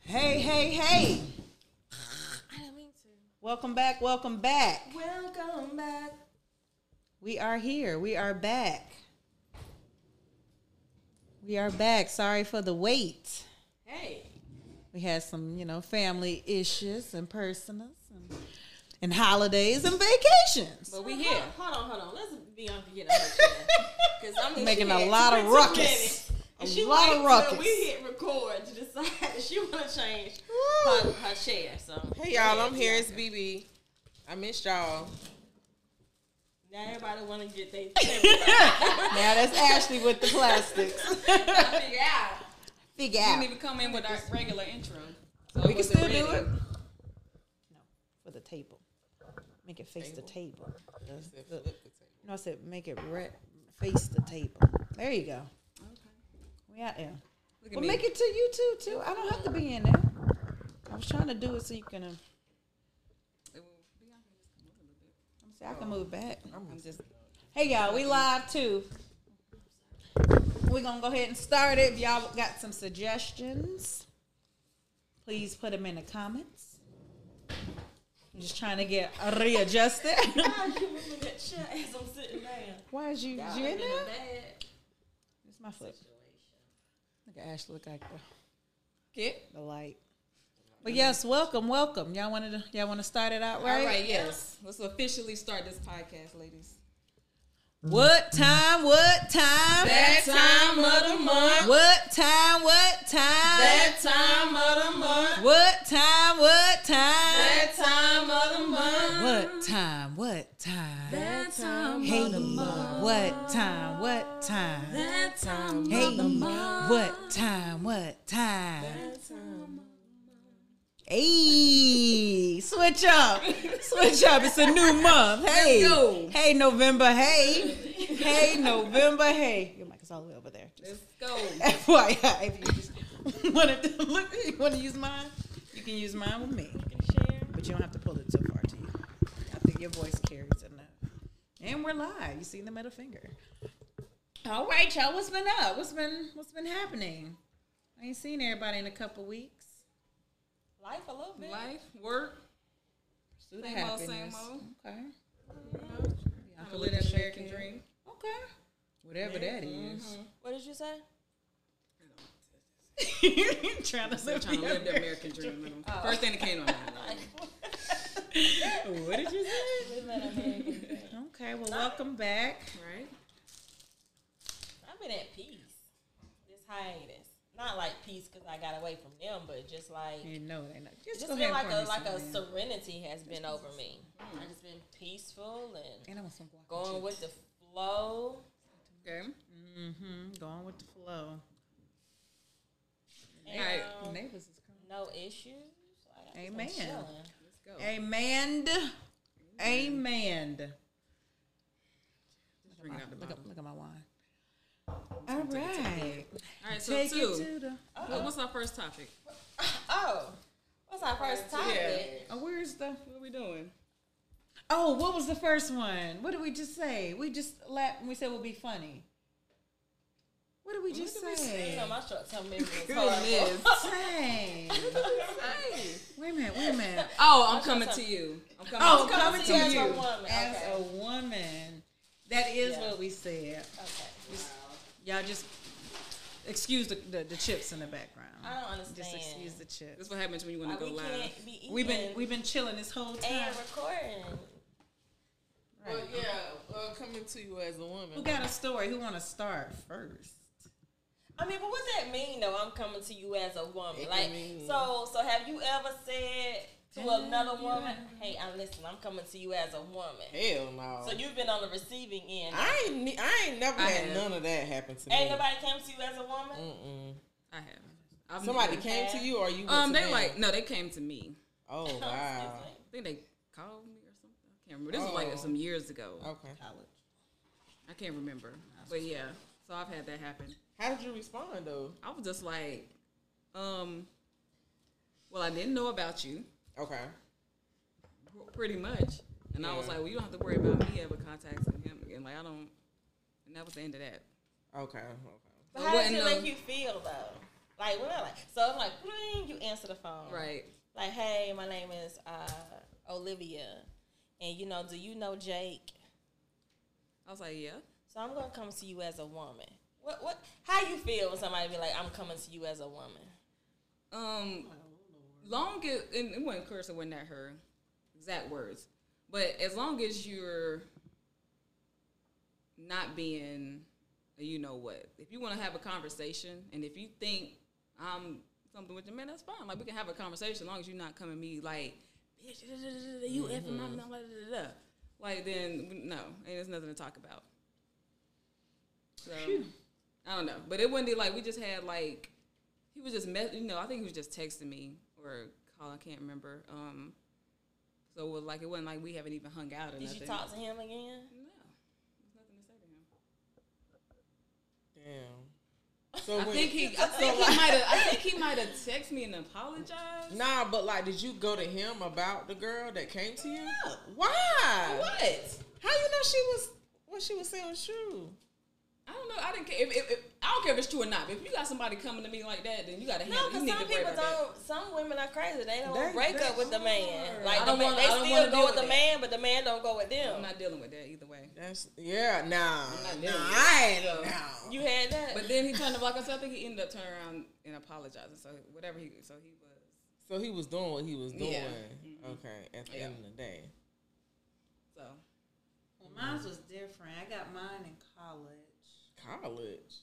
Hey, hey, hey. I didn't mean to. Welcome back. Welcome back. Welcome back. We are here. We are back. We are back. Sorry for the wait. Hey. We had some, you know, family issues and personals and, and holidays and vacations. But we here. Hold on, hold on. Let's be on you know, Because I'm mean, Making she a had lot of 22 ruckus. minutes, and A she lot of waited till ruckus. We hit record to decide that she want to change her, Woo. her chair. So Hey y'all, I'm here. It's BB. I missed y'all. Now everybody want to get their Now that's Ashley with the plastics. figure out. Figure didn't out even come in with our regular intro. we can still do it. for the table. Make it face the table. Said flip the table. No, I said make it re- face the table. There you go. We out there. Look at Well, me. make it to you too, too. I don't have to be in there. I was trying to do it so you can. Uh, see, I can move back. I'm just Hey, y'all, we live too. We're gonna go ahead and start it. If y'all got some suggestions, please put them in the comments. I'm just trying to get readjusted. I can move that chair as I'm sitting down. Why is you, is you in I'm in there? a bad It's my foot. situation. Look at Ash look like the, get the light. But yes, welcome, welcome. Y'all wanted to, y'all want to start it out right? All right, yes. Let's officially start this podcast, ladies. What time? What time? That time of the month. What time? What time? That time of the month. what time? What time? That time of the month. What time? What time? That time hey, of the month. what time? What time? That time hey, of the month. what time? What time? That time of- Hey, switch up, switch up. It's a new month. Hey, go. hey, November. Hey, hey, November. Hey, your mic is all the way over there. Just Let's go. FYI, if you just want to look, you want to use mine, you can use mine with me, Share. but you don't have to pull it so far to you. I think your voice carries enough. And we're live. You see the middle finger. All right, y'all. What's been up? What's been What's been happening? I ain't seen everybody in a couple weeks. Life a little bit. Life, work. Same Same old, same old. Okay. I'm gonna live that American dream. Okay. Whatever that is. Mm-hmm. What did you say? trying to I'm live trying to the live the American dream. First thing that came to my mind. American- What did you say? Live that American dream. Okay, well, welcome back. Right? I've been at peace this hiatus. Not like peace because I got away from them, but just like You know they not. Just, just go feel ahead like a and pour me like a some, man. serenity has been over me. I just been peaceful and And I want some guac. going with the flow. Okay. Mm-hmm. Going with the flow. And Right. um, Neighbors is coming. no issues. Like, I've just been Amen. chilling. Let's go. Amen. Amen. Just bring it out the Look bottom. at, look at my wine. All right. All right, so Take it two. to the. What- What's our first topic? Oh, what's our first topic? Oh, where's the? What are we doing? Oh, what was the first one? What did we just say? We just laughed and we said we'll be funny. What did we just You say? know my short term memory is Good horrible. miss. Dang. Wait a minute, wait a minute. Oh, I'm coming to you. I'm coming Oh, to you. coming coming to to you as you a woman. as Okay. a woman. That is Yeah. what we said. Okay. Y'all just excuse the, the, the chips in the background. I don't understand. Just excuse the That's chips. what happens when you Why want to Uh, we go live. can't be eating We've been we've been chilling this whole time. and recording. Well, yeah, uh, coming to you as a Who woman. got a story? Who want to start first? I mean, but what does that mean though? I'm coming to you as a woman. It can like, mean- so, so have you ever said to Yeah, another you woman, have. "Hey, I'm listening. I'm coming to you as a woman." Hell no. oh. So you've been on the receiving end. I ain't. ne- I ain't never I had have. none of that happen to Ain't me. nobody came to you as a woman. Mm, Mm-mm. I have. I've Somebody never- came to you or you? Went Um, to they them? like no, they came to me. Oh wow. I think they called me or something. I can't remember. This was Oh. like some years ago. Okay. College. I can't remember, but yeah. So I've had that happen. How did you respond though? I was just like, um, well, I didn't know about you, Okay. pr- pretty much, and I was Yeah. like, well, you don't have to worry about me ever contacting him again. Like I don't, and that was the end of that. Okay. Okay. But It how does wasn't it no- make you feel though? Like when I like, so I'm like, bling, you answer the phone, Right. Like, hey, my name is uh, Olivia, and you know, do you know Jake? I was like, yeah. So I'm gonna come to you as a woman. What what? How you feel when somebody be like, I'm coming to you as a woman? Um, long as and it wasn't curse, it wasn't that her exact words, but as long as you're not being, a you know what, if you want to have a conversation, and if you think I'm something with your man, that's fine. Like we can have a conversation, as long as you're not coming to me like, bitch, da, da, da, da, da, you effing my da, da, da, da. like then no, ain't there's nothing to talk about. So I don't know, but it wouldn't be like we just had like he was just mess- you know I think he was just texting me or call I can't remember. Um, so it was like it wasn't like we haven't even hung out or Did nothing. you talk to him again? No, there's nothing to say to him. Damn. So I when, think he, I think he might have, I think he might have texted me and apologized. Nah, but like, did you go to him about the girl that came to you? No. Why? What? How you know she was what she was saying was true? I don't know. I didn't care. If, if, if, I don't care if it's true or not. But if you got somebody coming to me like that, then you got to No, handle. you because some need to worry people about don't. that. Some women are crazy. They don't They- break they up with the are. man. Like the I don't man, wanna- they I don't still wanna go deal with with the that. man, but the man don't go with them. I'm not dealing with that either way. That's yeah, nah. not Nah, doing I ain't it. nah. you had that. But then he turned to like I said, I think he ended up turning around and apologizing. So whatever he, so he was. So he was doing what he was doing. Yeah. Mm-hmm. Okay, at the Yeah. end of the day. So Well, mine was different. I got mine in college. College.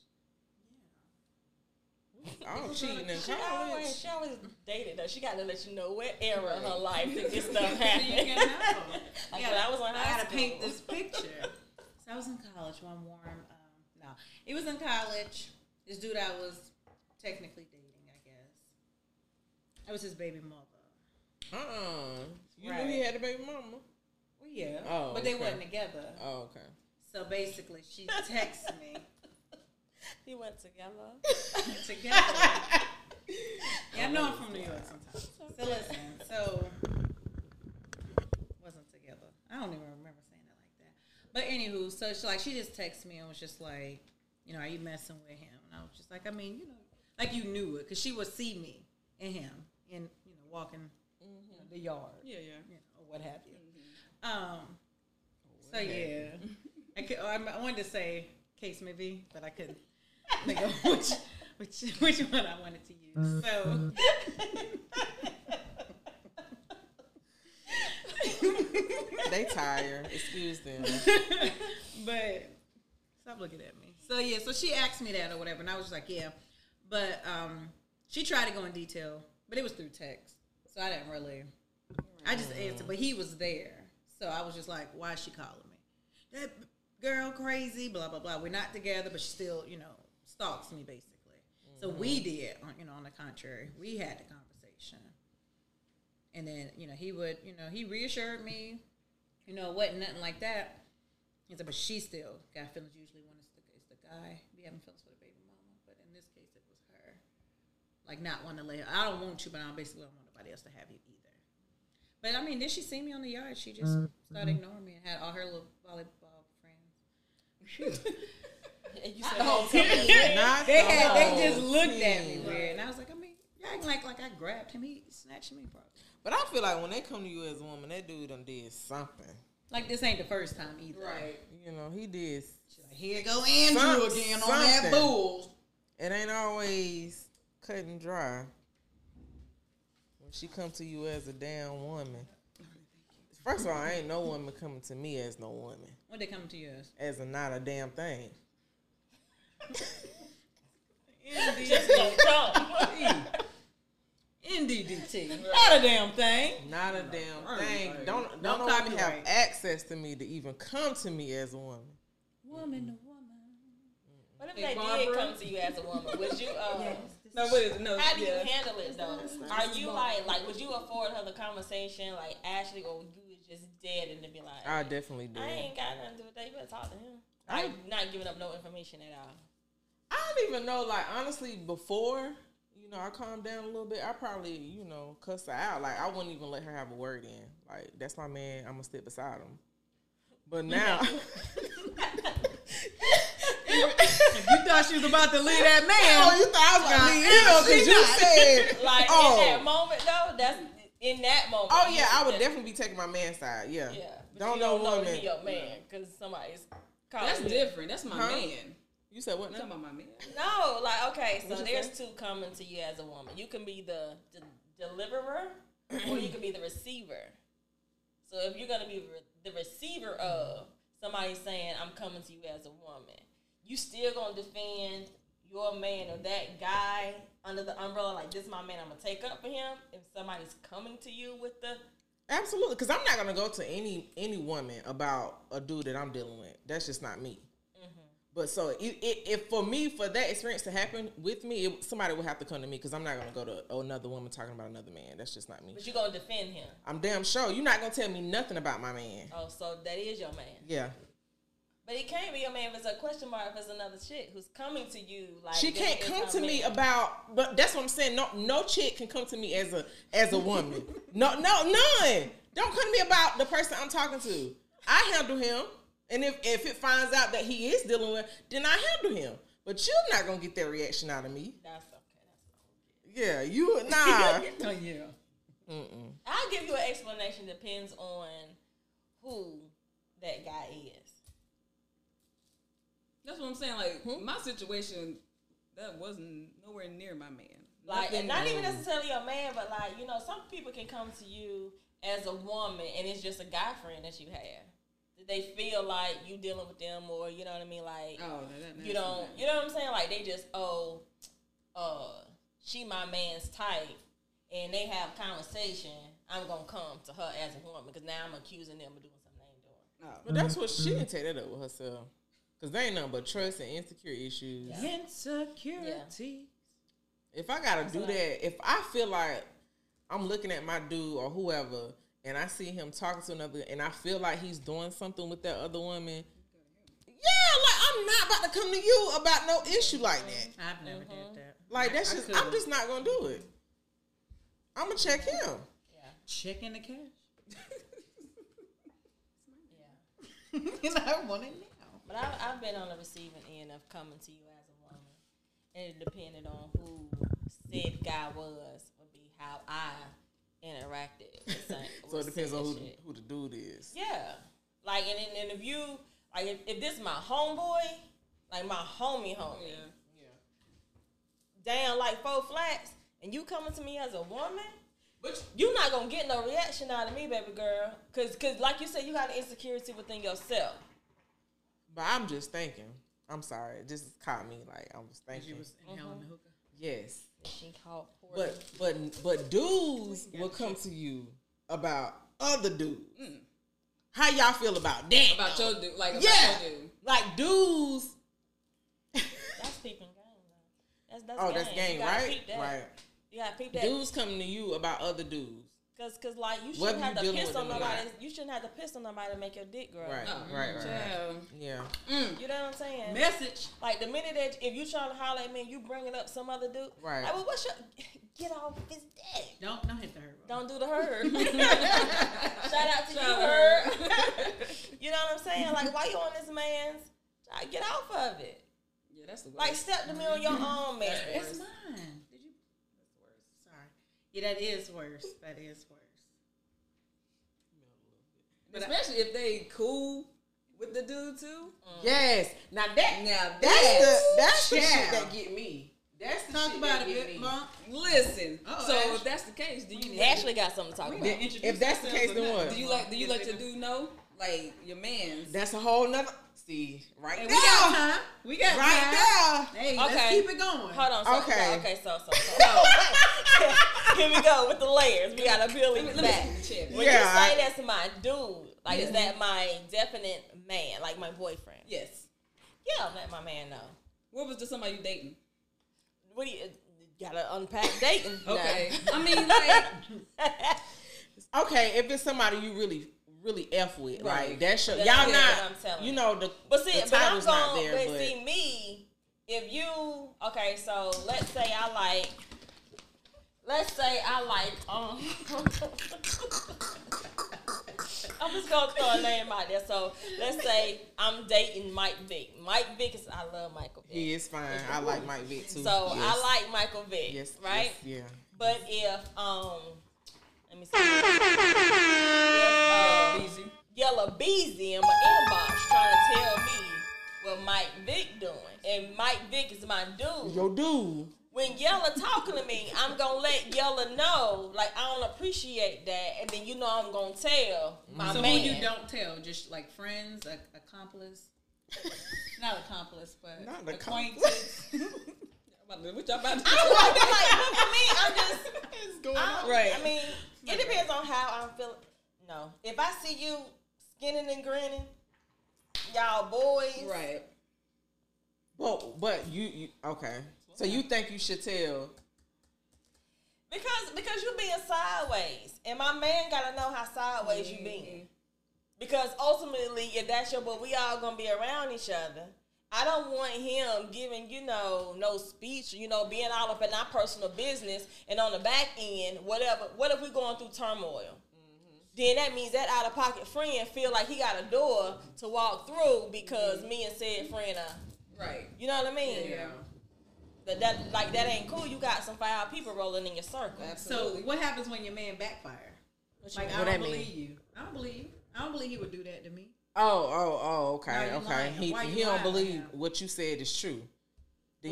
I was She cheating in she always, college. she always dated though. She got to let you know what era of her life that this stuff you happened. can know. Like, Yeah, when I was on I high gotta school. paint this picture. So I was in college one warm. Um, no, it was in college. This dude I was technically dating, I guess. I was his baby mother. Uh uh You knew he Right. had a baby mama. Well, yeah, Oh, but they okay. wasn't together. Oh, okay. So basically, she texts me He went together. together. yeah, I know I'm from New York sometimes. So listen, so wasn't together. I don't even remember saying it like that. But anywho, so she like she just texted me and was just like, you know, are you messing with him? And I was just like, I mean, you know, like you knew it because she would see me and him and you know walking you know, the yard, yeah, yeah. you know, or what have you. Um, so yeah, I could. I I wanted to say case may be, but I couldn't think of which which which one I wanted to use. So. They tired. Excuse them. but stop looking at me. So yeah, so she asked me that or whatever, and I was just like, yeah. But um, she tried to go in detail, but it was through text, so I didn't really. I just answered, but he was there, so I was just like, why is she calling me? That girl crazy, blah blah blah. We're not together, but she still, you know, stalks me basically. So we did, on- you know, on the contrary, we had the conversation, and then you know he would, you know, he reassured me, you know, it wasn't nothing like that. He said, but she still got feelings usually when it's the, it's the guy be having feelings for the baby mama. But in this case, it was her. Like, not want to lay I don't want you, but I basically don't want nobody else to have you either. But I mean, then she see me on the yard. She just started ignoring me and had all her little volleyball friends. And you said, oh, come in. Not They the had, they just whole looked at me team. weird. And I was like, I mean, y'all acting like, like I grabbed him. He snatched me, probably. But I feel like when they come to you as a woman, that dude done did something. Like, this ain't the first time either. You know, he did. She's like, here go Andrew Some- again on that something. bull. It ain't always cut and dry. When she come to you as a damn woman. First of all, ain't no woman coming to me as no woman. When they come to yours. As a not a damn thing. Just don't come. NDDT. Not a damn thing. Not a damn right, thing. right. Don't Don't don't, no woman have copyright. access to me to even come to me as a woman. Woman to woman. What if Hey, they did Barbara. come to you as a woman? Would you? Uh, No, what is no? how do you yeah. handle it though? Are you like like would you afford her the conversation like Ashley, or you was just dead and then be like, I definitely do. I ain't got nothing to do with that. You better talk to him. I- Like not giving up no information at all. I don't even know. Like honestly, before you know, I calmed down a little bit. I probably you know cuss her out. Like I wouldn't even let her have a word in. Like that's my man. I'm gonna sit beside him. But now, If you thought she was about to leave that Oh, man, you thought I was gonna leave you know, because you said, Like oh, in that moment though, that's in that moment. oh yeah, I would that's- definitely be taking my man's side. Yeah, Yeah, but don't you know don't know women. he your man because somebody's calling. that's you. different. That's my Huh? man. You said what You now? talking about my man? No, like okay, so What you there's two coming to you as a woman. You can be the, the deliverer, or you can be the receiver. So if you're gonna be re- the receiver of somebody saying, "I'm coming to you as a woman," you still gonna defend your man or that guy under the umbrella like this. is My man, I'm gonna take up for him. If somebody's coming to you with the Absolutely, because I'm not gonna go to any any woman about a dude that I'm dealing with. That's just not me. Mm-hmm. But so it, it, it for me for that experience to happen with me, it, somebody would have to come to me because I'm not gonna go to another woman talking about another man. That's just not me. but you're gonna defend him. I'm damn sure you're not gonna tell me nothing about my man. Oh, so that is your man. Yeah, But it can't be your man if it's a question mark if it's another chick who's coming to you like she this can't is come her to man. me about. But that's what I'm saying. No, no chick can come to me as a as a woman. no, no, none. Don't come to me about the person I'm talking to. I handle him, and if if it finds out that he is dealing with, then I handle him. But you're not gonna get that reaction out of me. That's okay. That's okay. Yeah, you nah. Oh yeah. I'll give you an explanation. Depends on who that guy is. That's what I'm saying. Like my situation, that wasn't nowhere near my man. Like, and Nothing- not even necessarily a man, but like you know, some people can come to you as a woman, and it's just a guy friend that you have. That They feel like you dealing with them, or you know what I mean, like Oh, no, that, that's you don't you know what I'm saying? Like they just oh uh she my man's type and they have conversation, I'm gonna come to her as a woman because now I'm accusing them of doing something they ain't doing. Oh. But that's what she didn't take that up with herself. Cause they ain't nothing but trust and insecure issues. Insecurity. If I gotta do that, if I feel like I'm looking at my dude or whoever, and I see him talking to another, and I feel like he's doing something with that other woman, yeah, like I'm not about to come to you about no issue like that. I've never did that. Like that's I just, I'm couldn't. just not gonna do it. I'm gonna check him. Check in the cash. Yeah. and I want it now. But I, I've been on the receiving end of coming to you as a woman, and it depended on who said guy was would be how I interacted. With sa- So with it depends said on who the, shit. who the dude is. Yeah. Like, and, and, and if you, like, if, if this my homeboy, like my homie homie, down like four flats, and you coming to me as a woman, But you not gonna get no reaction out of me, baby girl. Cause, cause like you said, you got an insecurity within yourself. But I'm just thinking. I'm sorry, it just caught me. Like I was thinking. she was inhaling the hookah. yes. She called poor. But but but dudes will come to you about other dudes. How y'all feel about that? About your dude, like about yeah, your dude. like dudes. that's peeping game. though. That's, that's Oh, game. that's game, you gotta right? Peep that. Right. You gotta peep that. Dudes coming to you about other dudes. Cause, cause like you Whether shouldn't have you to dealing piss with on them or not. nobody. You shouldn't have to piss on nobody to make your dick grow. Right. Oh, right, right. child. Yeah. You know what I'm saying? Message. Like the minute that if you trying to holler at me, and you bringing up some other dude. Right. Like, well, what's your get off his dick? Don't don't hit the herb. Don't do the herd. Shout out to Shout you, out. herd. you know what I'm saying? Like, why you on this man's? Try to get off of it. Yeah, that's the worst. Like, step to me on your own, man. It's mine. Did you? That's worse. Sorry. Yeah, that is worse. That is worse. Especially if they cool with the dude too. Yes. Now that Now that's the that's the Child. shit that get me. That's the Talk shit about that it, get bit, me. Bump. listen. Uh-oh, so Ashley. if that's the case, do you Ashley got something to talk about. Yeah, It introduce If that's the yourself case, then or not. what? do you let do you let your dude know like your man's? That's a whole nother. See right Hey, we got there, time. We got time. right there. Hey, Okay. let's keep it going. Hold on. So, Okay. okay. Okay. So, so, so. Here we go with the layers. We got to peel Let me- it let me back. see the check. When Yeah, you I- say that's my dude, like, is that my definite man, like my boyfriend? Yeah, Yes. I'm not my man, though. What was the somebody you dating? What do you, you gotta unpack dating? now. Okay. I mean, like, okay, if it's somebody you really, really f with, Right. like that's your, That's y'all what not, I'm telling you you. know the, But see, the but I'm title's not going. there, But, but, see me, if you okay, so let's say I like, let's say I like um, I'm just gonna throw a name out there. So let's say I'm dating Mike Vick. Mike Vick is I love Michael Vick. He is fine. I like Mike Vick too. So I like Michael Vick. Yes. Right. yes, But if um, let me see. if, um, Easy. Yellow Beezy in my inbox trying to tell me what Mike Vick doing, and Mike Vick is my yeah. dude. Yo, dude. When Yella talking to me, I'm gonna let Yella know like I don't appreciate that, and then you know I'm gonna tell my So man. who you don't tell, just like friends, a, accomplice, not accomplice, but Not accomplice. acquaintance. What y'all about to I don't like, like, I mean, I'm just, What's going I, on? don't- Right. I mean, it depends on how I'm feeling. No, if I see you skinning and grinning, y'all boys, Right. But but you, you okay? So you think you should tell? Because because you being sideways, and my man gotta know how sideways you being. Because ultimately, if that's your boy, we all gonna be around each other. I don't want him giving you know no speech, you know, being all up in our personal business, and on the back end, whatever. What if we going through turmoil? Then that means that out of pocket friend feel like he got a door to walk through because me and said friend are, Right. you know what I mean? Yeah. That, that like that ain't cool. You got some foul people rolling in your circle. So what happens when your man backfire? What you Like mean? I that don't mean? believe you. I don't believe. I don't believe he would do that to me. Oh oh oh okay Why you okay. lying? He Why you he don't lying believe now? what you said is true. Then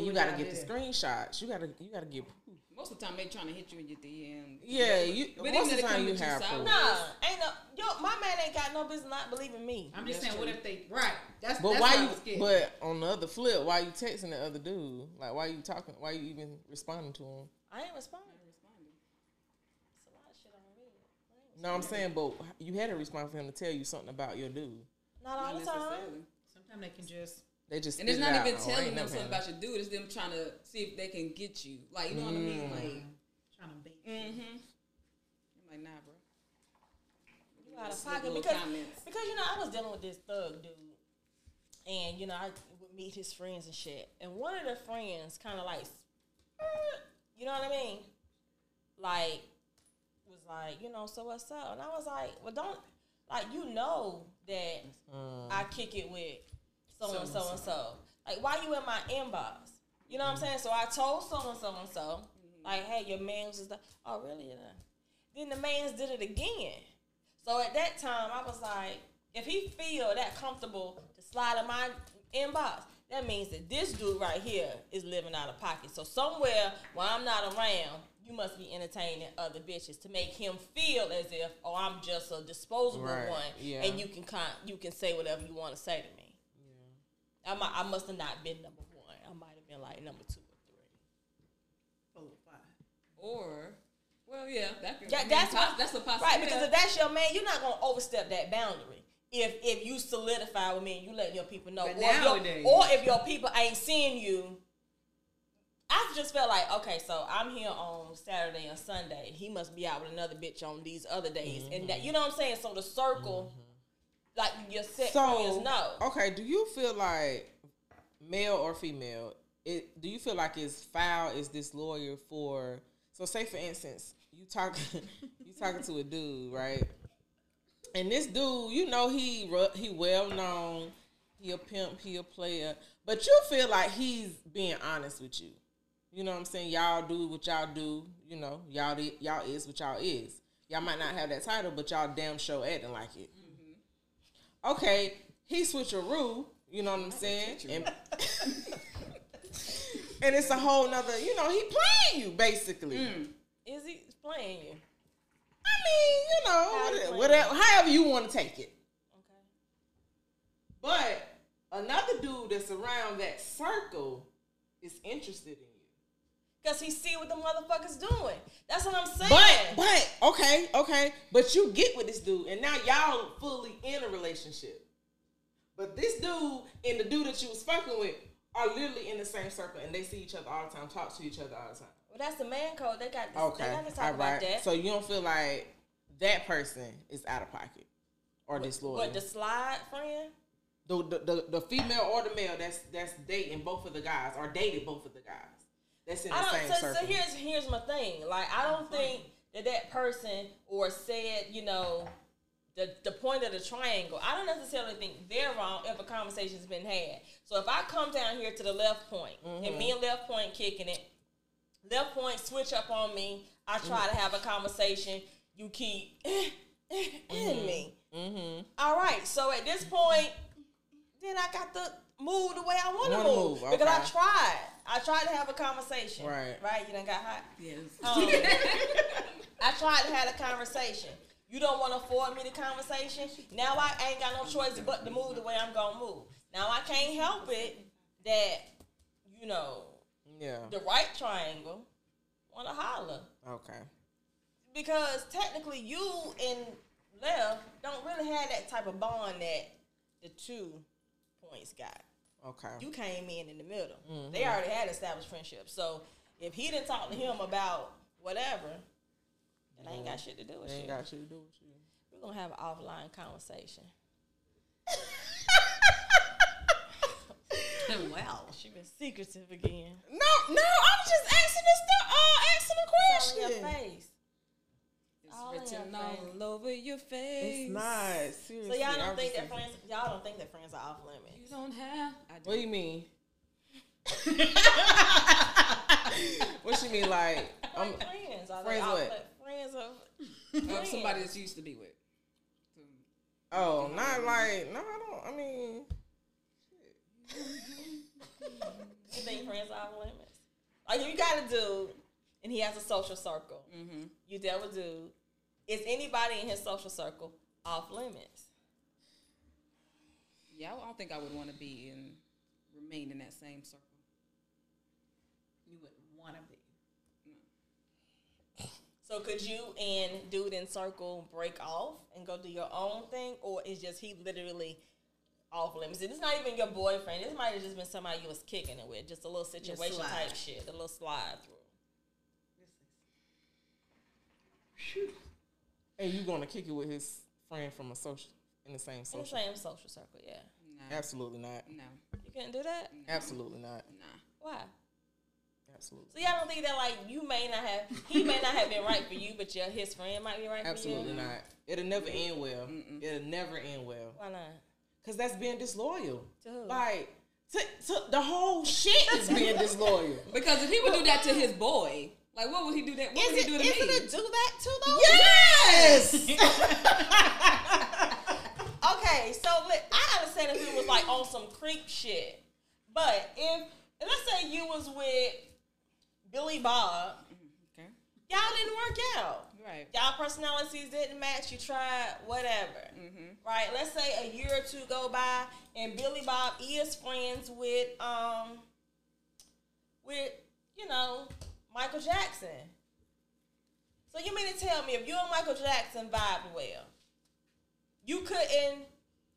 What we you gotta gotta get the do? screenshots. You gotta you gotta get proof. Most of the time they trying to hit you in your DM. Yeah, you. But even if most of the they come time you with you have proof. sideways- Nah, ain't no. Yo, my man ain't got no business not believing me. I'm just That's saying, what true. if they right? That's But that's why what I you? was getting. But on the other flip, why you texting the other dude? Like why you talking? Why you even responding to him? I ain't responding. It's a lot of shit I don't read. No, I'm saying, but you had to respond for him to tell you something about your dude. Not all Not the time. necessarily. Sometimes they can just They just And it's spit not it out. even Oh, I telling them ain't never something had about your dude. It's them trying to see if they can get you. Like, you know what I Mm. mean? Like, trying to bait. mm-hmm. I'm like, nah, bro. You out of Slick pocket little because comments. because you know I was dealing with this thug dude, and you know I would meet his friends and shit, and one of the friends kind of like, you know what I mean, like was like you know so what's up, and I was like well don't like you know that Uh, Uh-huh. I kick it with so and so and so like why you in my inbox, you know what I'm saying? So I told so and so and so like hey your man was just like, oh really yeah. Then the man's did it again. So at that time, I was like, if he feel that comfortable to slide in my inbox, that means that this dude right here is living out of pocket. So somewhere where I'm not around, you must be entertaining other bitches to make him feel as if, oh, I'm just a disposable Right, one, yeah. and you can con- you can say whatever you want to say to me. I might, I must have not been number one. I might have been like number two or three. Four or five. Or, well, yeah, that could, Yeah, I mean, that's pos- what- that's a possibility. Right, because if that's your man, you're not gonna overstep that boundary. If if you solidify with me and you let your people know, But or, if your- nowadays- or if your people ain't seeing you, I just felt like okay, so I'm here on Saturday and Sunday. He must be out with another bitch on these other days, and Mm-hmm. that you know what I'm saying. So the circle, like your set friends, So no. okay, do you feel like male or female? It do you feel like it's foul? Is this lawyer for? So say for instance, you talk you talking to a dude, right? And this dude, you know, he ru- he well known. He a pimp. He a player. But you feel like he's being honest with you. You know what I'm saying? Y'all do what y'all do. You know, y'all di- y'all is what y'all is. Y'all might not have that title, but y'all damn sure acting like it okay, he switcheroo, you know what I'm saying? And, and it's a whole nother, you know, he playing you basically. Is he playing you? I mean, you know, How he whatever, playing whatever, however you want to take it. Okay. But another dude that's around that circle is interested in you. Cause he see what the motherfuckers doing. That's what I'm saying. But, but, okay, okay, but you get with this dude, and now y'all fully in a relationship. But this dude and the dude that you was fucking with are literally in the same circle, and they see each other all the time, talk to each other all the time. well, that's the man code. They got. This, Okay. They got to talk All about right. that. So you don't feel like that person is out of pocket or disloyal. But the slide friend. The, the, the, the female or the male that's that's dating both of the guys or dated both of the guys. That's in the I same don't. So, circle. so here's here's my thing. Like I don't think that that person or said you know the, the point of the triangle. I don't necessarily think they're wrong if a conversation's been had. So if I come down here to the left point, Mm-hmm. and me and left point kicking it, left point switch up on me. I try Mm-hmm. to have a conversation. You keep in Mm-hmm. me. All right. So at this point, then I got to move the way I want to Wanna move, move, because I okay. tried. I tried to have a conversation. Right. Right. You done got hot. Yes. Um, I tried to have a conversation. You don't want to forward me the conversation. Now I ain't got no choice but to move the way I'm gonna move. Now I can't help it that you know Yeah. the right triangle want to holler Okay. because technically you and left don't really have that type of bond that the two points got. Okay. You came in in the middle. Mm-hmm. They already had established friendship. So if he didn't talk to him about whatever, then I ain't got shit to do with Ain't you. got shit to do with you. We're gonna have an offline conversation. wow. She been secretive again. No, no, I was just asking this stuff. Uh, It's all in asking a question. your face. It's All in written your face. all over your face. It's not seriously. So y'all I don't was think that just friends y'all don't think that friends are off You limits. don't have. I do. What do you mean? what you mean? Like, I'm, Like friends are friends they off what? li- friends of Of friends. somebody that you used to be with. oh, not like, no, I don't. I mean, you think friends are off limits? Like if you got a dude and he has a social circle, Mm-hmm. you dealt with dude. Is anybody in his social circle off limits? Yeah, I don't think I would want to be in, remain in that same circle. You wouldn't want to be. So could you and dude in circle break off and go do your own thing, or is just he literally off limits? And it's not even your boyfriend. This might have just been somebody you was kicking it with, just a little situation slide. type shit, a little slide through. and you gonna kick it with his friend from a social in the same In the social? same social circle, yeah. No, Absolutely not. no, You couldn't do that. Absolutely not. nah. Why? Absolutely. So y'all don't think that like you may not have he may not have been right for you, but your his friend might be right Absolutely for you. not. It'll never end well. It'll never end well. Why not? Cause that's being disloyal. To who? Like, to, to the whole shit is being disloyal. Because if he would do that to his boy, like what would he do that? What would he do to me? do that too though? Yes. Okay, so li- I understand if it was like on some creep shit, but if and let's say you was with Billy Bob, okay, y'all didn't work out. right. Y'all personalities didn't match. You tried whatever, right? Let's say a year or two go by, and Billy Bob is friends with um with you know Michael Jackson. So you mean to tell me if you and Michael Jackson vibed well, you couldn't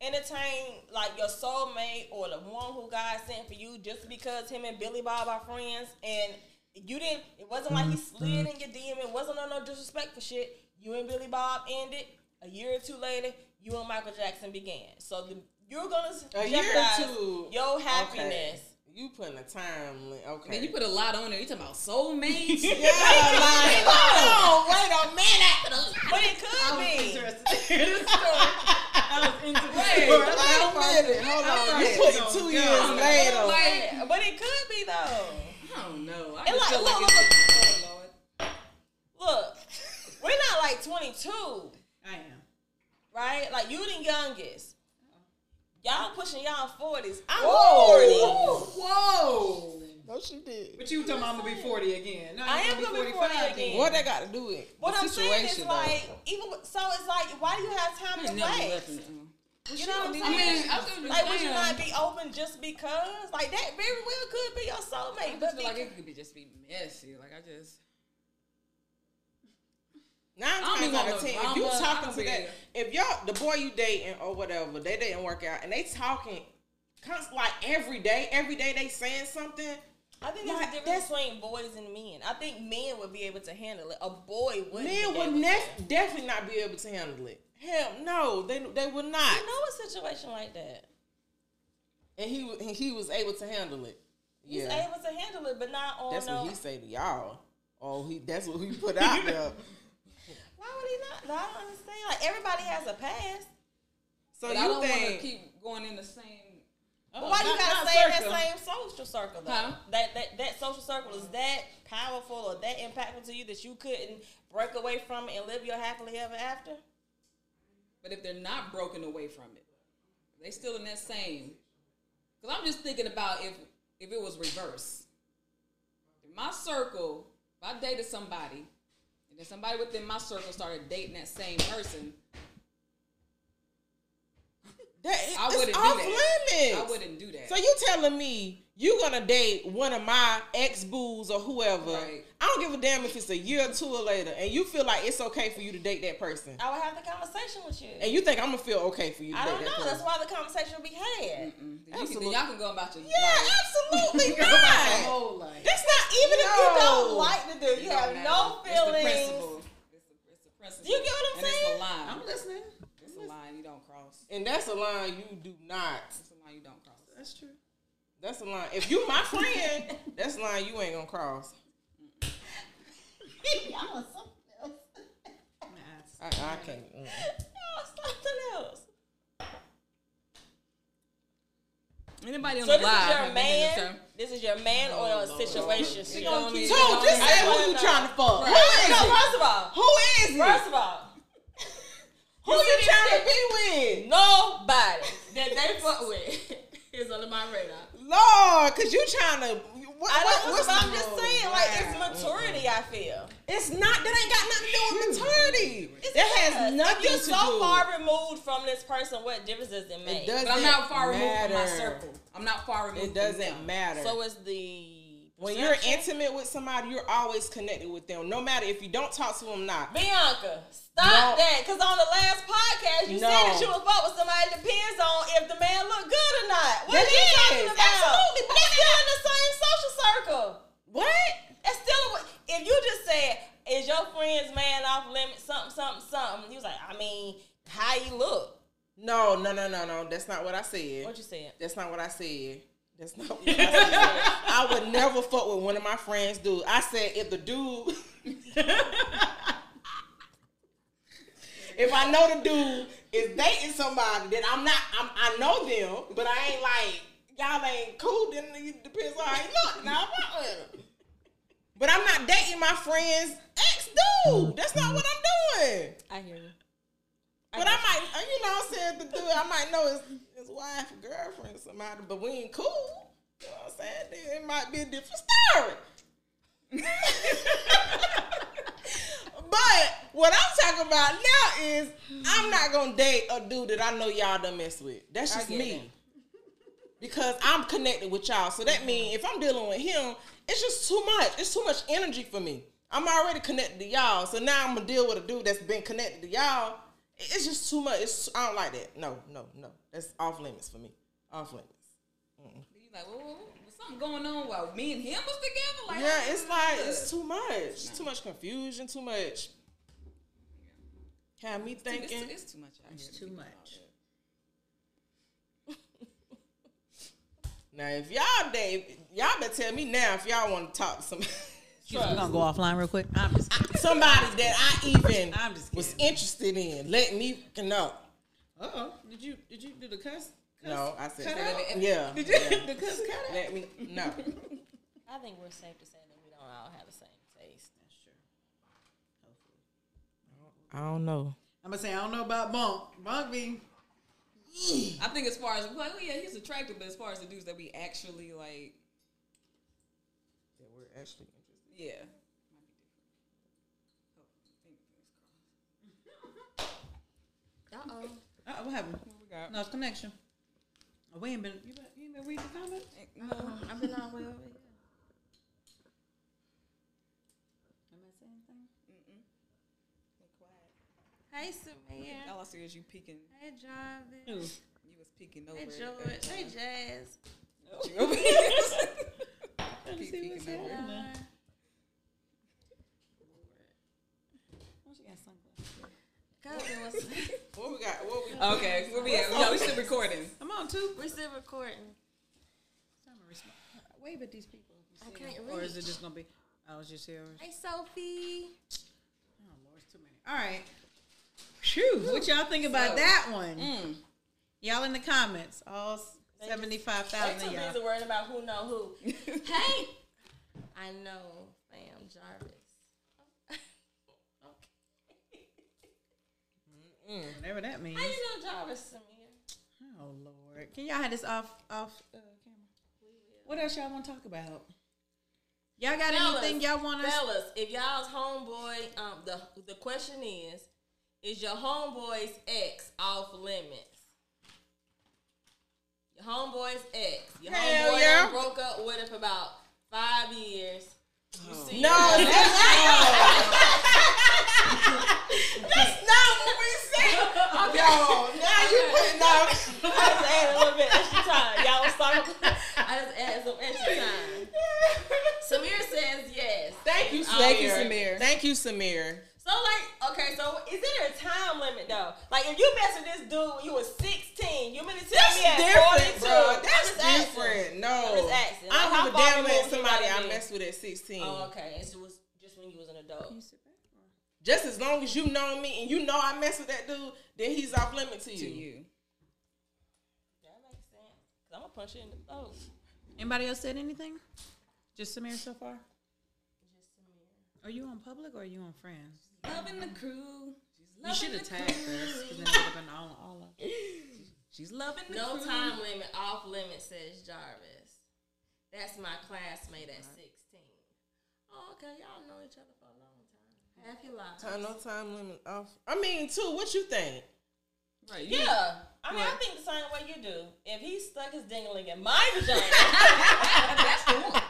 entertain like your soulmate or the one who God sent for you just because him and Billy Bob are friends and you didn't it wasn't like he Mm-hmm. slid in your DM, it wasn't on no disrespectful shit. You and Billy Bob ended. A year or two later, you and Michael Jackson began. So the, you're gonna jeopardize A year or two. your happiness. Okay. You putting a time limit. Okay. Then you put a lot on there. You talking about soulmates? yeah, like, hold on, wait a minute. But it could be. Wait, a minute. Hold on. You put it two years girl. later. Like, but it could be though. I don't know. I And just like, feel like look, it's, look, oh, Lord. look, look, we're not like 22. I am. right? Like you the youngest. Y'all pushing y'all forties. I'm Whoa. forty. Whoa! No, she did. But you talking about I'm gonna be 40 again. No, I you am gonna be 40 45 again. What that got to do with What the I'm saying is situation, like, even with- so, it's like, why do you have time I to ain't never wait? left it. You know what I'm saying? I mean, I could like, would you understand. not be open just because? Like that very well could be your soulmate. I But just be, feel like it could be just be messy. Like I just. Nine don't times even out want of no ten, if you drama. I talking don't to that, care. if y'all the boy you dating or whatever, they didn't work out, and they talking, const- like every day, every day they saying something. I think there's Like, a difference that's- between boys and men. I think men would be able to handle it. A boy wouldn't. be Men able would to. nef- definitely not be able to handle it. Hell no, they they would not. You know a situation like that. And he wa- and he was able to handle it. He's Yeah, able to handle it, but not on that's no. Oh, what he say to y'all. Oh, he that's what he put out there. Why would he we not? I don't understand. Like everybody has a past. So But you I don't want to think keep going in the same. But why you not- gotta not stay in circle. that same social circle though? Huh? That, that that social circle is that powerful or that impactful to you that you couldn't break away from it and live your happily ever after? But if they're not broken away from it, they still in that same. Because I'm just thinking about if if it was reverse. In my circle, if I dated somebody, and then somebody within my circle started dating that same person, that I it's wouldn't do off that. limits? I wouldn't do that. So you telling me you gonna date one of my ex boos or whoever? Right. I don't give a damn if it's a year or two or later, and you feel like it's okay for you to date that person, I would have the conversation with you. and you think I'm gonna feel okay for you to I date don't that know. person? That's why the conversation will be had. Mm, then you can, then y'all can go about your life. yeah, absolutely Go about your not. whole life. That's not even if you No. don't like to do. You don't have matter. no It's the feelings. principle. It's the, it's the principle. You get what I'm and saying? It's a line. I'm listening. it's a line you don't cross. And that's a line you do not. It's a line you don't cross. That's true. That's a line. If you my friend, that's a line you ain't gonna cross. Y'all are something else. I, I can't. mm. Y'all are something else. Anybody on So the this live? is your have been in this man. term? This is your man or a situation. She gonna keep Dude, just going. say who you trying to fuck. Right. Who is No, it? first of all, Who is first it? of all, Who you trying to be with? nobody that they fuck with is under my radar. Lord, cause you trying to. What, I what- don't what's I'm the- just saying, like it's maturity. I feel It's not. That ain't got nothing to do with maturity. it's that because has nothing if you're to so do. far removed from this person. What difference does it it make? doesn't But I'm not far removed from my matter. circle. I'm not far removed. It from doesn't them. matter. so it's the when you're perception. intimate with somebody, you're always connected with them, no matter if you don't talk to them or not. Bianca, stop No. that. Because on the last podcast, you said No. that you would fuck with somebody. Depends on if the man look good or not. What That are you is, talking about? absolutely, but That's still in the same social circle. What? That's still a, if you just said, "Is your friend's man off limits?" Something, something, something. He was like, "I mean, how you look?" No, no, no, no, no. That's not what I said. What you said? That's not what I said. That's not what I said. I would never fuck with one of my friends, dude. I said if the dude If I know the dude is dating somebody, then I'm not I'm, I know them, but I ain't like y'all ain't cool, then it depends on how you look. Now I'm not with 'em. But I'm not dating my friend's ex dude. That's not what I'm doing. I hear you. But I might, uh, you know, what I'm saying the dude, I might know his his wife, girlfriend, somebody, but we ain't cool. You know what I'm saying? Then It might be a different story. but what I'm talking about now is I'm not gonna date a dude that I know y'all done mess with. That's just get me. Because I'm connected with y'all. So that means if I'm dealing with him, it's just too much. It's too much energy for me. I'm already connected to y'all. So now I'm gonna deal with a dude that's been connected to y'all. It- It's just too much. It's I don't like that. No, no, no. That's off limits for me. Off limits. You like, whoa, whoa, whoa, was something going on while me and him was together? Like, Yeah, it's like it's too much. It's too much confusion, too much. Have me It's, thinking. it's too much. Out here. It's too much. Now if y'all date y'all better tell me now if y'all wanna talk to somebody. I'm gonna go offline real quick. I'm just kidding. somebody that I even I'm just was kidding. interested in. Let me know. Uh oh. Did you did you do the cuss? No, I said Cut out. yeah. Did you yeah. the cuss cut out? Let me no. I think we're safe to say that we don't all have the same taste. That's true. I don't know. I'm gonna say I don't know about Bonk. Bonk be I think as far as like, oh yeah, he's attractive, but as far as the dudes that we actually like, That we're actually interested. yeah. Uh-oh. uh, what happened? We got. Lost connection. Oh, we ain't been you, been you ain't been reading the comments. No, I've been on well. Am I saying anything? Hey, Samir. All I see is you peeking. Hey, Jarvis. Who? You was peeking over. Hey, at- George. Hey, Jazz. you over here. Trying to Peek- see what's peeking over. happening. Uh, Why she got sunglasses? cousin, what's What we got? What we Okay, where we at? No, we still recording. Come on, too. We're still recording. Time to respond. Wave at these people. if you I see can't them. Or is it reach. just gonna be? I was just here. Hey, Sophie. Oh Lord, it's too many. All right. Phew, what y'all think about So- that one? Mm. Y'all in the comments, all They just- seventy five They thousand too of busy y'all. worrying about who know who. Hey, I know, fam, Jarvis. mm. Whatever that means. How you know Jarvis, Samir? Oh Lord, can y'all have this off off uh, camera? What else y'all want to talk about? Y'all got Fellas, anything y'all want us? Fellas, if y'all's homeboy, um, the the question is, is your homeboy's ex off limits? Your homeboy's ex. Your Hell homeboy yeah. done broke up with her for about five years. You see No, her- that's not. that's not what we said. Yo, now you putting out. I just added a little bit extra time. Y'all was talking. I just added some extra time. Samir says yes. Thank you, Samir. Thank you, Samir. Thank you, Samir. So like, okay, so is there a time limit though? Like, if you mess with this dude when you was sixteen, you mean to tell That's me at different, 42? bro. I'm That's just asking. different. No, I'm just asking. I Like, don't give a how far damn removed about you somebody gotta I be? messed with at sixteen. Oh, okay. It was just when you was an adult. Just as long as you know me and you know I mess with that dude, then he's off limit to to you. you. That makes sense. i I'm gonna punch you in the throat. Anybody else said anything? Just Samir so far. Are you on public or are you on friends? Loving the crew. She's You loving should the have tagged us because then it would have been all, all of it. She's loving the No crew. time limit, off limit, says Jarvis. That's my classmate at 16. Oh, okay. Y'all know each other for a long time. Half your life. Time, no time limit off. I mean, too. What you think? Right. you- Yeah. I mean, I Right. think the same way you do. If he stuck his dingling in my vagina, that's the one.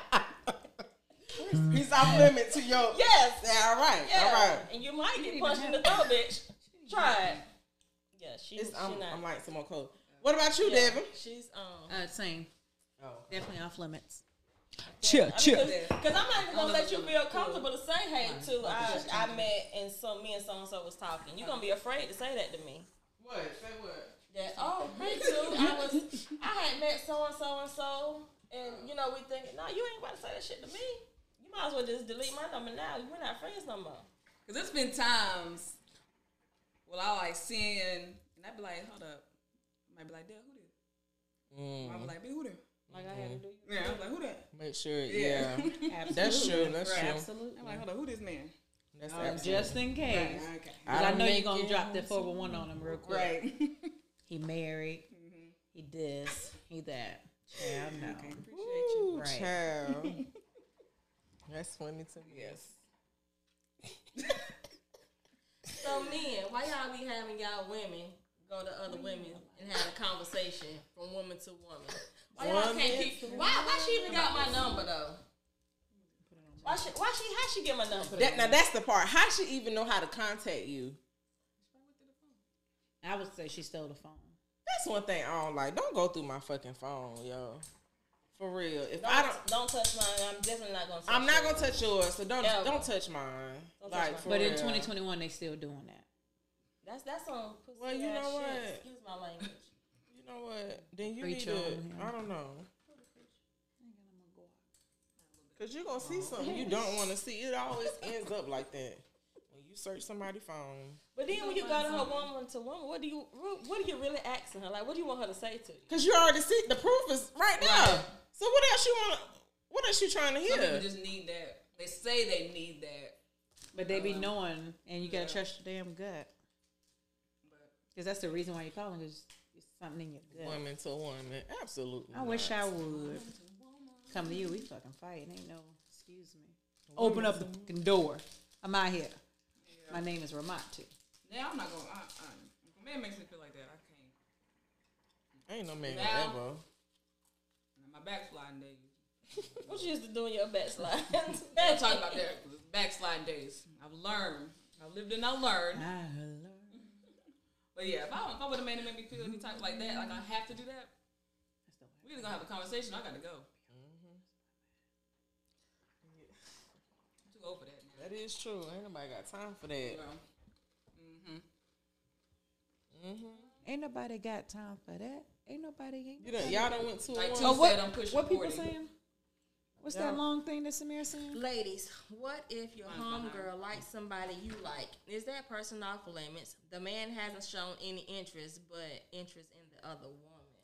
He's off limit to your. Yes. Yeah, all right, Yeah. all right. And you might get punched in the throat, bitch. Try it. Yeah, she, It's, she I'm, not. I'm like some more cold. What about you, yeah, Devin? She's um. Uh, same, Oh. definitely off limits. Chill, Because I'm not even gonna let you feel comfortable to say, "Hey, too, I, I met and so me and so and so was talking." You're gonna be afraid to say that to me. What? Say what? That oh, hey, too, I was, I had met so and so and so, and you know we think, no, you ain't about to say that shit to me. You might as well just delete my number now. We're not friends no more. Cause there's been times well I like seeing and I'd be like, hold up. I might be like, Dad, who that? I'd be like, be who that? Like I had to do. Yeah, I'm like, who that? Mm, Make sure. Yeah, Yeah. Mm-hmm. that's true. That's Right. true. Absolutely. I'm like, hold up, who this man? That's Um, absolutely. just in case, Okay. 'Cause I, don't know you're make gonna it. drop that four one one on him real quick. Right. He married. Mm-hmm. He this. He that. Yeah, I know. Appreciate you. Ooh, Right. child. that's funny to me. Yes. So men, why y'all be having y'all women go to other women and have a conversation from woman to woman? Why y'all can't Woman keep? Why why she even got my number though? Why she why she how she get my number? That, now that's the part. How she even know how to contact you? I would say she stole the phone. That's one thing I don't like. Don't go through my fucking phone, yo. For real. If don't, I don't, don't touch mine. I'm definitely not gonna. Touch I'm not yours. gonna touch yours. So don't Ever. don't touch mine. Don't touch like, mine. for but in real. 2021, they still doing that. That's that's on. Pussy Well, you ass know shit. what? Excuse my language. you know what? Then you Preach need to. on him. I don't know. Cause you're gonna see something you don't want to see. It always ends up like that when you search somebody's phone. But then when you go to her woman to woman, what do you what are you really asking her? Like, what do you want her to say to you? Cause you already see the proof is right there. Right. So what else you want? What else you trying to Some hear? people just need that. They say they need that. But they be Uh-huh. knowing, and you gotta trust your damn gut. Because that's the reason why you're calling. Because it's something in your gut. Woman to woman, absolutely. I wish not. I would come to you. We fucking fighting. Ain't no excuse me. Open up the fucking door. I'm out here. My name is Ramatu. Yeah, I'm not gonna I, I, if a man makes me feel like that, I can't. Ain't no man Now- ever. And my backsliding days. What you used to do in your backslide? I'm talking about that backsliding days. I've learned. I've lived and I learned. I learned. But yeah, if I, if I would have made it make me feel any type like that, like I have to do that, we either gonna have a conversation. or I gotta go. I'm too old for that now. That is true. Ain't nobody got time for that. You know? Mm-hmm. Ain't nobody got time for that. Ain't nobody. Ain't You done, y'all done went too Like long. two Oh, what- said, I'm pushing What people 40. saying? What's that long thing that Samir said? Ladies, what if your Mine's behind. homegirl likes somebody you like? Is that person off limits? The man hasn't shown any interest, but interest in the other woman.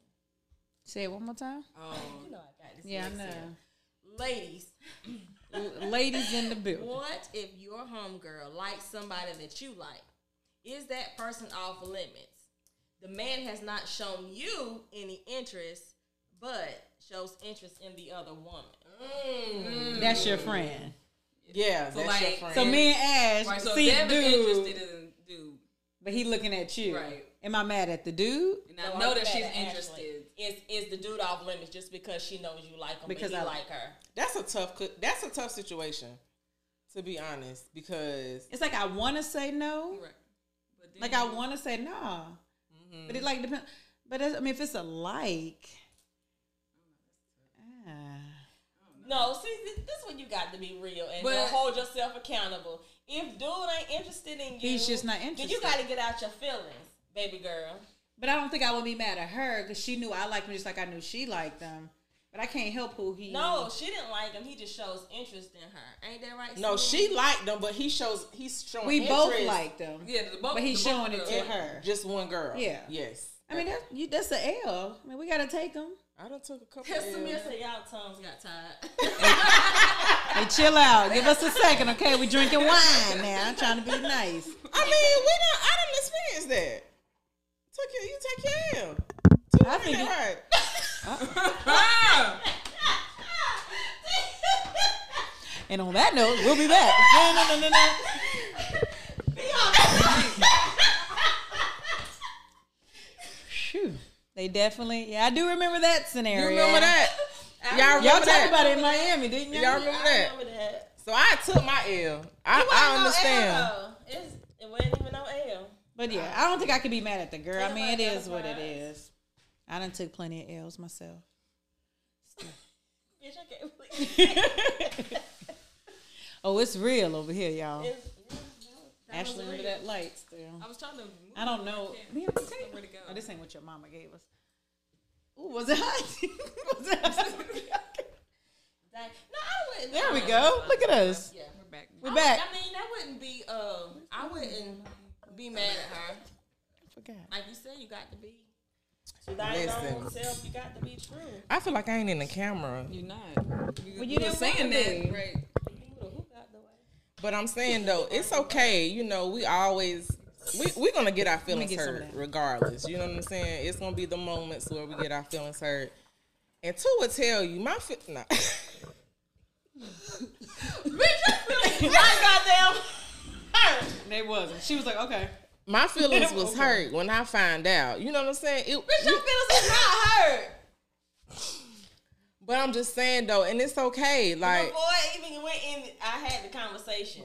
Say it one more time. You know I got this. Yeah, I mixed up. know. Ladies, L- Ladies in the building. what if your homegirl likes somebody that you like? Is that person off limits? The man has not shown you any interest, but shows interest in the other woman. Mm. That's your friend. Yeah, that's your like, friend. So me and Ash Right, so see if Devin's dude, interested in dude, but he looking at you. Right. Am I mad at the dude? and So I I'm know that mad she's at Ashley. interested. Is is the dude off limits just because she knows you like him Because because and I- he like her? That's a tough. co- That's a tough situation, to be honest, because It's like I want to say no. Right. But then Like I want to say nah, Mm-hmm. but it like depends. But that's- I mean, if it's a like, ah. No, see, th- this is when you got to be real and But- you hold yourself accountable. If dude ain't interested in you, He's just not Then you interested. got to get out your feelings, baby girl. but I don't think I would be mad at her because she knew I liked him just like I knew she liked him. But I can't help who he. No, she, she didn't like him. He just shows interest in her. Ain't that right? no, Sue? she liked them, but he shows he's showing. we interest both liked him. yeah, the both, but he's the both showing it girls. to in her. Just one girl. Yeah. Yes. I mean, that, you, that's an L. I mean, we gotta take him. I done took a couple. Cause Of Samir L's. said y'all tongues got Got tired. Hey, chill out. Give us a second, okay? We drinking wine now. I'm trying to be nice. I mean, we don't. I done experienced that. Took your, you take your L. Two I think women, it- right. Ah! And on that note, we'll be back. No, no, no, no, no. Phew. They definitely, yeah, I do remember that You scenario. remember that? Y'all remember Y'all talked that? about it in Miami, didn't y'all? Y'all remember that? remember that. So I took my L. I, I understand. No L, though. it's, it wasn't even no L. But yeah, I don't think I could be mad at the girl. I Yeah, mean, it like is other what it vibes. is. I done took plenty of L's myself. Bitch, I can't believe Oh, it's real over here, y'all. it. Ashley, remember that light still. I was trying to. Move I don't know. Yeah, I can't. Where to go? Oh, this ain't what your mama gave us. Ooh, was it hot? was it hot? Dang. No, I wouldn't. there we go. Look at us. Yeah. We're back. We're back. I mean, that wouldn't be. Uh, I wouldn't be mad at her. Forgot. Like you said, you got to be. To thine Listen. own self, you got to be true. I feel like I ain't in the camera, You're not. You, Well, you you were didn't saying want to be. that, right? but I'm saying though, it's okay. You know, we always we we're gonna get our feelings get some of hurt that. regardless. You know what I'm saying? It's gonna be the moments where we get our feelings hurt. And two will tell you my fe- nah. They wasn't. She was like, okay. my feelings was hurt when I find out. You know what I'm saying? It, but I'm just saying though, and it's okay. Like Before I even went in, I had the conversation.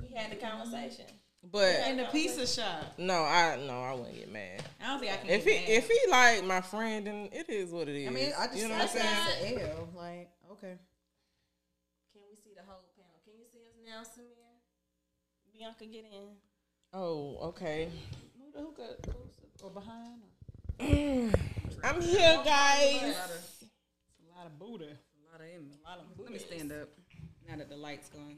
We had the conversation. but In the pizza shop. no, I no, I wouldn't get mad. I don't think I can. If he get mad. if he like my friend, then it is what it is. I mean, I just you know what I'm saying? It's a L. Like, okay. Can we see the whole panel? Can you see us now, Samir? Bianca, get in. Oh, okay. Move the hookah closer or behind. I'm here, guys. A lot of booty. A lot of in me. Let me stand up. Now that the light's gone.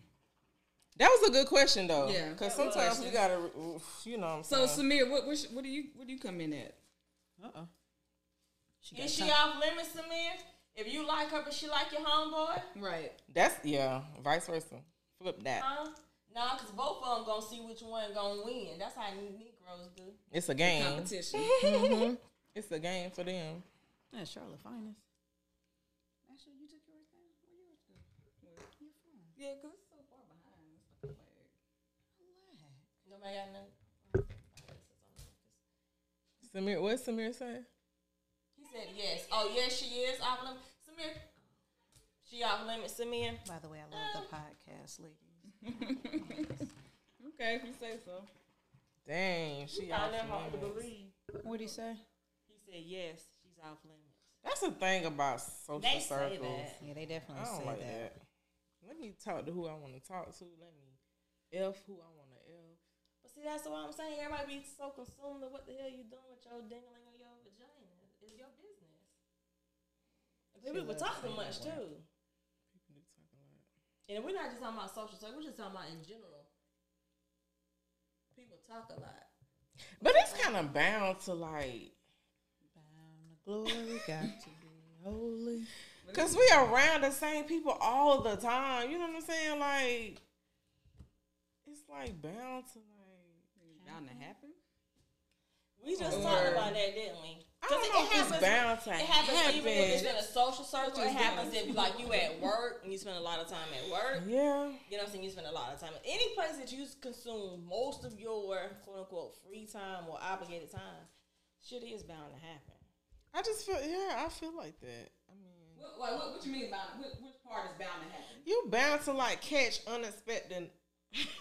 That was a good question though. Yeah. Because sometimes you gotta, oof, you know. What I'm So saying. Samir, what what, sh- what do you what do you come in at? Uh oh. She Is she off limits, Samir? If you like her, but she like your homeboy, Right. that's yeah, vice versa. Flip that. huh? Nah, cause both of them gonna see which one gonna win. That's how Negroes do. It's a game. Mm-hmm. Competition. It's a game for them. That's Charlotte finest. Ashley, you took yours down. Where yours go? Your phone. yeah, because it's so far behind. It's fucking weird. Nobody got nothing. Samir, what's Samir say? He said yes. Oh yes, she is off limits, Samir. She off limits, Samir. By the way, I love the podcast, ladies. Okay, if you say so. Dang, she I off never hard to limits. believe. What do you say? He said yes, she's off limits. That's the thing about social They say circles. that. Yeah, they definitely I say don't like that. that. Let me talk to who I want to talk to. Let me f who I want to f. But see, that's what I'm saying. Everybody be so consumed with what the hell you doing with your dingling or your vagina. It's your business. We would talk so much too. And we're not just talking about social circle, we're just talking about in general. People talk a lot. But it's kind of bound to like, Glory got to be holy. cause we around the same people all the time. You know what I'm saying? Like, it's like bound to like. bound to happen. We just talked about that, didn't we? I 'Cause don't know if it's bound to It happens even if it's happen. in a social circle. It just happens if like you at work and you spend a lot of time at work. You Yeah. know what I'm saying? You spend a lot of time. Any place that you consume most of your quote unquote free time or obligated time, shit is bound to happen. I just feel yeah, I feel like that. I mean, What, what, what, you mean bound? Which, which part is bound to happen? you bound to like catch unexpected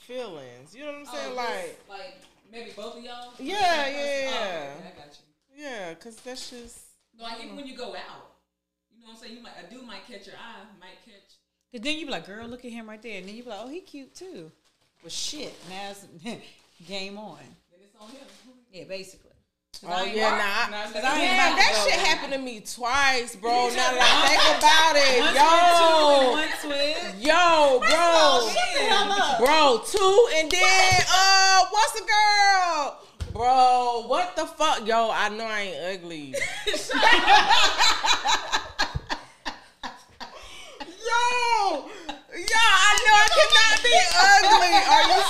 feelings. You know Oh, what I'm saying? like, Oh, like maybe both of y'all. Yeah, yeah, Oh, yeah. okay, I got you. yeah, cause that's just No, like even when you go out, you know what I'm saying. You might a dude might catch your eye, might catch. Cause then you be like, girl, look at him right there, and then you be like, oh, he cute too. Well, shit, now it's game on. Then it's on him. Yeah, basically. Oh yeah, nah. Nah, I- it's Cause like- I ain't Yeah, about that to go. shit happened to me twice, bro. Now that I Once with, think about it, yo, yo, bro, bro, two, and then uh, what's the girl, bro? What the fuck, yo? I know I ain't ugly. yo, yo, I know I cannot be ugly. Are you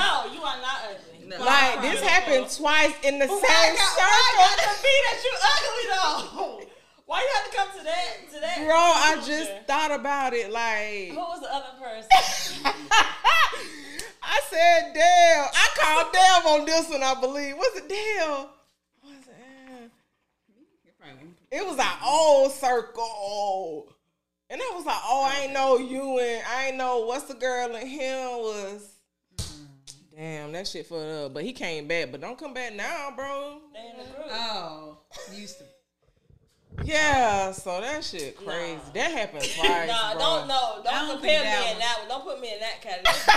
No, you are not ugly. No. Like this happened twice in the same circle. to be that you ugly though? Why you have to come to that? To that? Bro, I just conclusion? thought about it. Like, Who was the other person? I said, Dale. I called Dale on this one, I believe. Was it Dale? Was it? eh. You're probably- It was an old circle. And I was like, oh, I ain't know you and I ain't know what's the girl and him was. Damn, that shit fucked up. But he came back. But don't come back now, bro. They in the group. oh, used to. Yeah, so that shit crazy. Nah. That happened twice. Nah, bro. don't no, I don't don't think compare me that in that one. Don't put me in that category.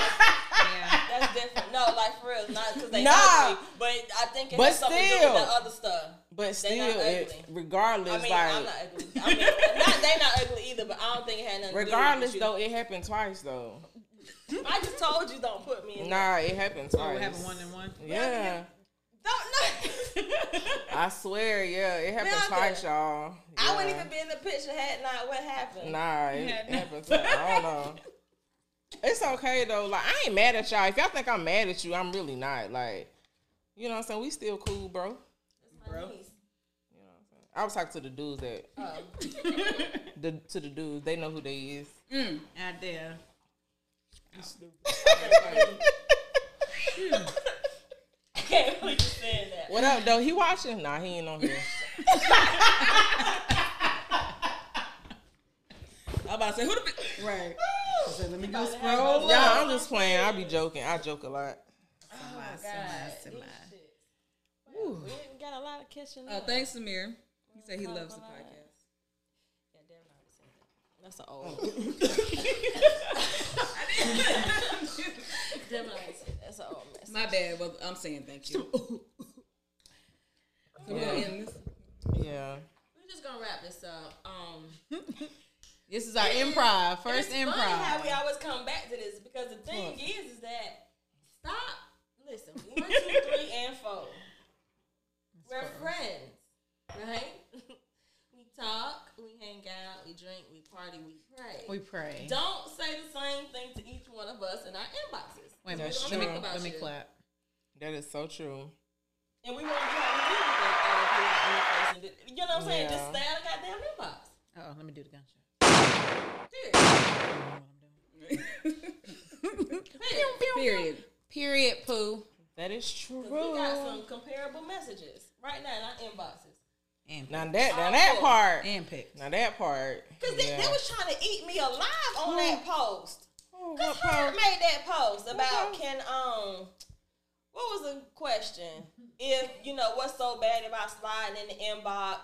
Yeah. That's different. No, like for real, it's not because they Nah. ugly. But I think it But has something to do with still. the other stuff. But They still, not it, ugly. regardless, I mean, like I'm not ugly. I mean, not they not ugly either, but I don't think it had nothing. Regardless, to do though, it happened twice, though. with you. I just told you don't put me in. Nah, it happened twice. Oh, having one and one. Yeah, Don't no. I swear, yeah, it happened Now twice, that- y'all. I wouldn't Yeah. even be in the picture had not what happened. Nah, it, Yeah, it no. happened twice. I don't know. It's okay though. Like I ain't mad at y'all. If y'all think I'm mad at you, I'm really not. Like, you know what I'm saying? We still cool, bro. You know Bro. what I'm saying? I was talking to the dudes that Oh. the to the dudes. They know who they is. Mm, out there. I can't believe you said that. What up though? He watching? Nah, he ain't on here. I'm about to say who the. bi- Right. So let me go Y'all, scroll. I'm just playing. I be joking. I joke a lot. We ain't got a lot of catching Oh, up. thanks, Samir. He said he loves the podcast. Yeah, damn, I already said that. Oh. That's an old. one. Damn, I already said that. That's an old mess. My bad. Well, I'm saying thank you. So we're gonna end this. Yeah. We're just gonna wrap this up. Um This is our improv. First It's funny how we improv. always come back to this because the thing is, is that stop. Listen, one, two, three, and four. We're friends, right? we talk, we hang out, we drink, we party, we pray. We pray. Don't say the same thing to each one of us in our inboxes. Wait a minute. That's Let me, true. let me clap. That is so true. and we want to try to do that. other people in person. You know what I'm saying? Just Yeah. stay out of goddamn inbox. Oh, let me do the gunshot. Period. Period, poo. That is true. We got some comparable messages right now in our inboxes. And Now that now that Oh. part. and pick. Now that part. Cause they, they was trying to eat me alive on that post. Oh, Cause what Herb part? made that post about post? can um, what was the question? If you know what's so bad about sliding in the inbox?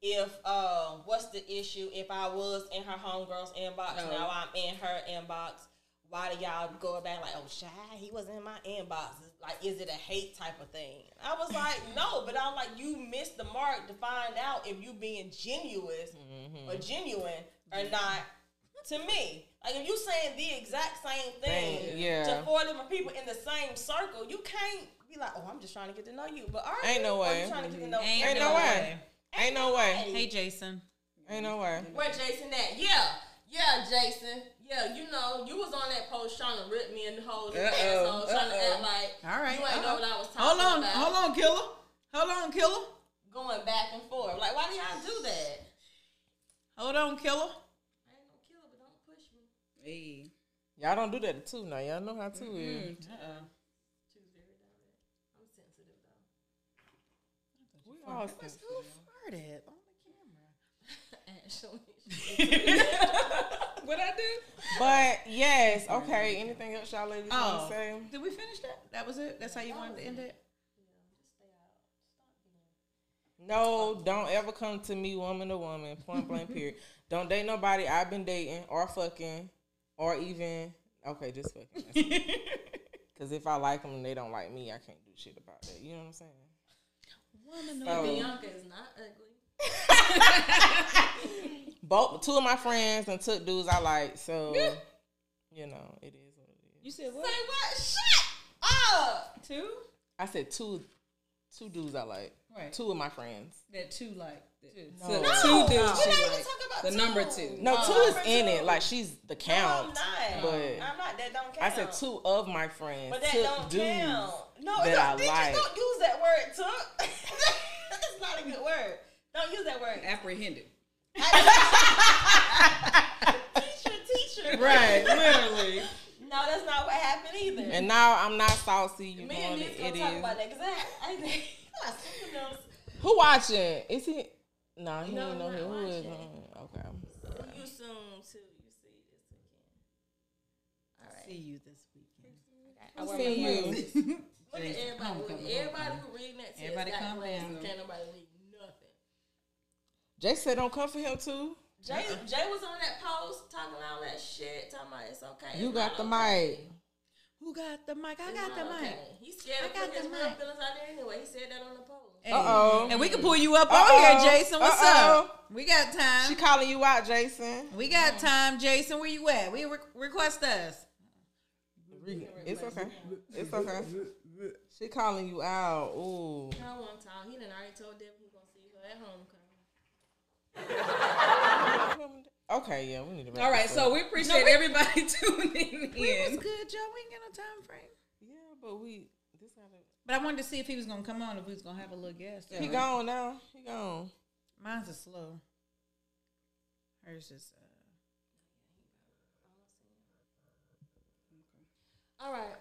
If um, uh, Oh. what's the issue? If I was in her homegirl's inbox, now I'm in her inbox. why do y'all go back like, oh, shy, he was in my inbox? Like, is it a hate type of thing? I was like, no, but I'm like, you missed the mark to find out if you being genuine or Mm-hmm. genuine or not to me. Like, if you saying the exact same Thing, thing yeah. to four different people in the same circle, you can't be like, oh, I'm just trying to get to know you. But are Ain't you? no Or you way. trying to Oh, get to know Ain't everybody? Ain't no way. Ain't no way. Hey, Jason. Ain't no way. Where Jason at? Yeah. Yeah, Jason. Yeah, you know, you was on that post trying to rip me in the hole, this Uh-oh, asshole, trying to uh-oh. act like All right, Uh-huh. you ain't know uh-oh. what I was talking Hold on, about. hold on, killer. Hold on, killer. Going back and forth. Like, why do y'all do that? Hold on, killer. I ain't no killer, but don't push me. Hey. Y'all don't do that too now. Y'all know how to. Mm-hmm. is. Uh-uh. She was very direct. I'm sensitive, though. We all sensitive. farted Oh on the Actually. What I do? But yes, okay. Anything else y'all ladies Oh, want to say? did we finish that? That was it. That's how you wanted to end it. No, don't ever come to me, woman to woman, point blank, period. don't date nobody I've been dating or fucking or even, okay, just fucking. Because if I like them and they don't like me, I can't do shit about that. You know what I'm saying? So, Bianca is not ugly. both, two of my friends and took dudes I like, so, you know, it is what it is. You said Say what? what? Shut up! Two? I said two, two dudes I like. Right. Two of my friends. That two, like, two. No, So no, two We're dudes. not she even like. talking about the two. number two. two is in it. Like, she's the No, I'm count. not. But- I'm not. That don't count. I said two of my friends But that took don't dudes. count. No, that no I bitches like. don't use that word took. That's not a good word. Don't use that word. Apprehended. teacher, teacher. Right, literally. No, that's not what happened either. And now I'm not saucy. You Me and know Nick's it, gonna it talk is. about that because I, I, think- I got something else. Who watching? Is he? Nah, he No, ain't we're on not here. Who is watching. on? Okay. You soon, too. You see this again. All right. See you this weekend. I I'm wear seeing my you. glasses. Look at Jason, everybody. come, Look, come, come, everybody come. who reading that text Everybody got calm glasses. down. Can't nobody read nothing. Jay said, "Don't come for him too." Jay, Jay was on that post talking all that shit, talking about it's okay. You it's got not the okay. mic. Who got the mic? I It's got not the mic. okay. He's scared I of got putting his the real mic. feelings out there anyway. He said that on the post. Hey. Uh-oh. And we can pull you up Uh-oh. on here, Jason. What's up? Uh-oh. We got time. She calling you out, Jason. we got time, Jason. Where you at? We re- request us. It's okay. It's okay. She calling you out. Ooh. I don't want to talk. He done already told Devin he gonna see her at homecoming. Okay, yeah, we need to. wrap All right, this so up. we appreciate everybody tuning It's in. good, Joe. We ain't got no time frame. yeah, but we this gotta. But I wanted to see if he was gonna come on, if we was gonna have a little guest. He gone now. He gone. Mine's is slow. Hers is. Uh, All right.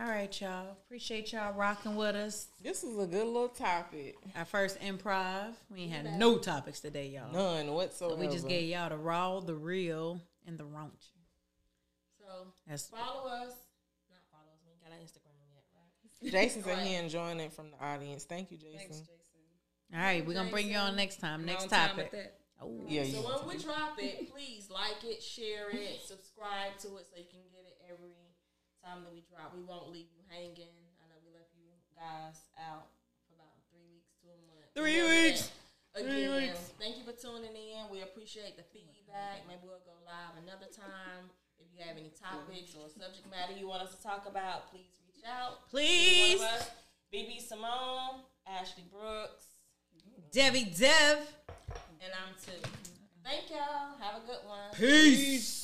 all right, y'all. Appreciate y'all rocking with us. This is a good little topic. Our first improv. We ain't had no topics today, y'all. None whatsoever. We just gave y'all the raw, the real, and the raunch. So That's follow us. Not follow us. We ain't got our Instagram yet, right? Jason said he enjoying it from the audience. Thank you, Jason. all right. We're gonna bring you on next time. Next topic. Oh, Yeah, So you. when we drop it, please like it, share it, subscribe to it so you can get it every time that we drop. We won't leave you hanging. I know we left you guys out for about three weeks to a month. Three We'll be weeks. back Three Again, weeks. thank you for tuning in. We appreciate the feedback. Maybe we'll go live another time. If you have any topics or subject matter you want us to talk about, please reach out. Please, One of us, BB Simone, Ashley Brooks, Debbie Dev. and I'm too. Thank y'all. Have a good one. Peace.